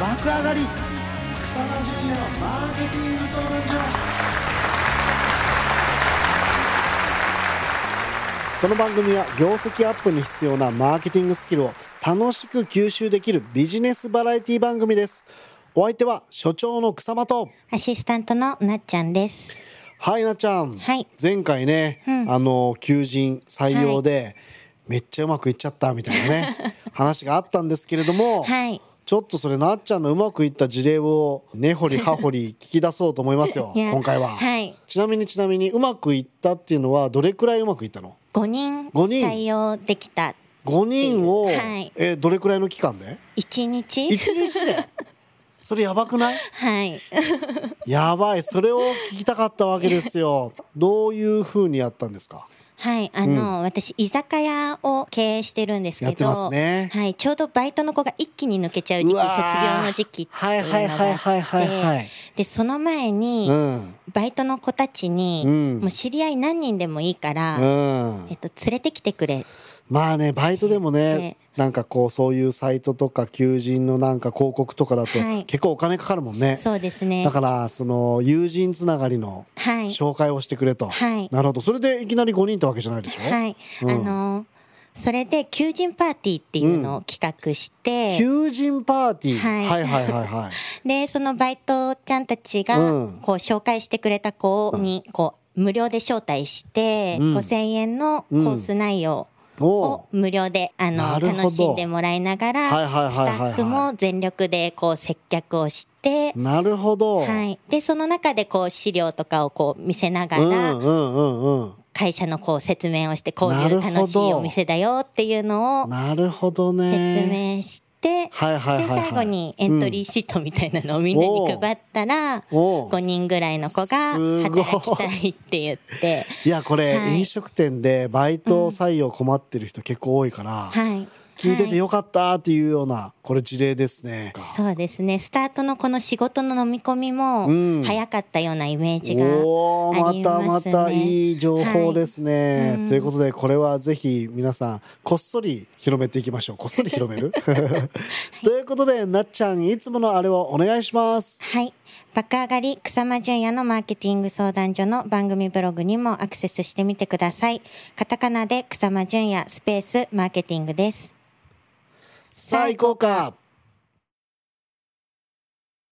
爆上がり草間淳也のマーケティング相談所この番組は業績アップに必要なマーケティングスキルを楽しく吸収できるビジネスバラエティ番組ですお相手は所長の草間とアシスタントのなっちゃんですはいなっちゃん、はい、前回ね、うん、あの求人採用で、はい、めっちゃうまくいっちゃったみたいなね 話があったんですけれども、はい、ちょっとそれなっちゃんのうまくいった事例を根掘り葉掘り聞き出そうと思いますよ今回は、 はい、ちなみにちなみにうまくいったっていうのはどれくらいうまくいったの5人採用できた5人を、はい、えどれくらいの期間 で1日 ?1 日でそれやばくない はい やばいそれを聞きたかったわけですよどういうふうにやったんですかはい、あの、うん、私居酒屋を経営してるんですけど、ね、はい、ちょうどバイトの子が一気に抜けちゃう時期、卒業の時期っていうのがあって、でその前に、うん、バイトの子たちに、うん、もう知り合い何人でもいいから、えっと連れてきてくれ。まあねバイトでもね、なんかこうそういうサイトとか求人のなんか広告とかだと結構お金かかるもんね、はい、そうですねだからその友人つながりの紹介をしてくれと、はい、なるほどそれでいきなり5人ってわけじゃないでしょはい、うん、あのー、それで求人パーティーっていうのを企画して、うん、求人パーティー、はい、はいはいはいはい でそのバイトちゃんたちがこう紹介してくれた子にこう無料で招待して、うん、5000円のコース内容、を無料であの楽しんでもらいながら、スタッフも全力でこう接客をして。なるほど。はい。でその中でこう資料とかをこう見せながら。会社のこう説明をしてこういう楽しいお店だよっていうのをなるほどね説明して、はいはいで最後にエントリーシートみたいなのをみんなに配ったら5人ぐらいの子が働きたいって言って。いやこれ、飲食店でバイト採用困ってる人結構多いから、聞いててよかったっていうようなこれ事例ですね、そうですねスタートのこの仕事の飲み込みも早かったようなイメージがあります、ね、またまたいい情報ですね、ということでこれはぜひ皆さんこっそり広めていきましょうこっそり広め るということでなっちゃんいつものあれをお間違いします。はい。爆上がり草間淳也のマーケティング相談所の番組ブログにもアクセスしてみてください。カタカナで草間淳也スペースマーケティングです。さあ行こうか。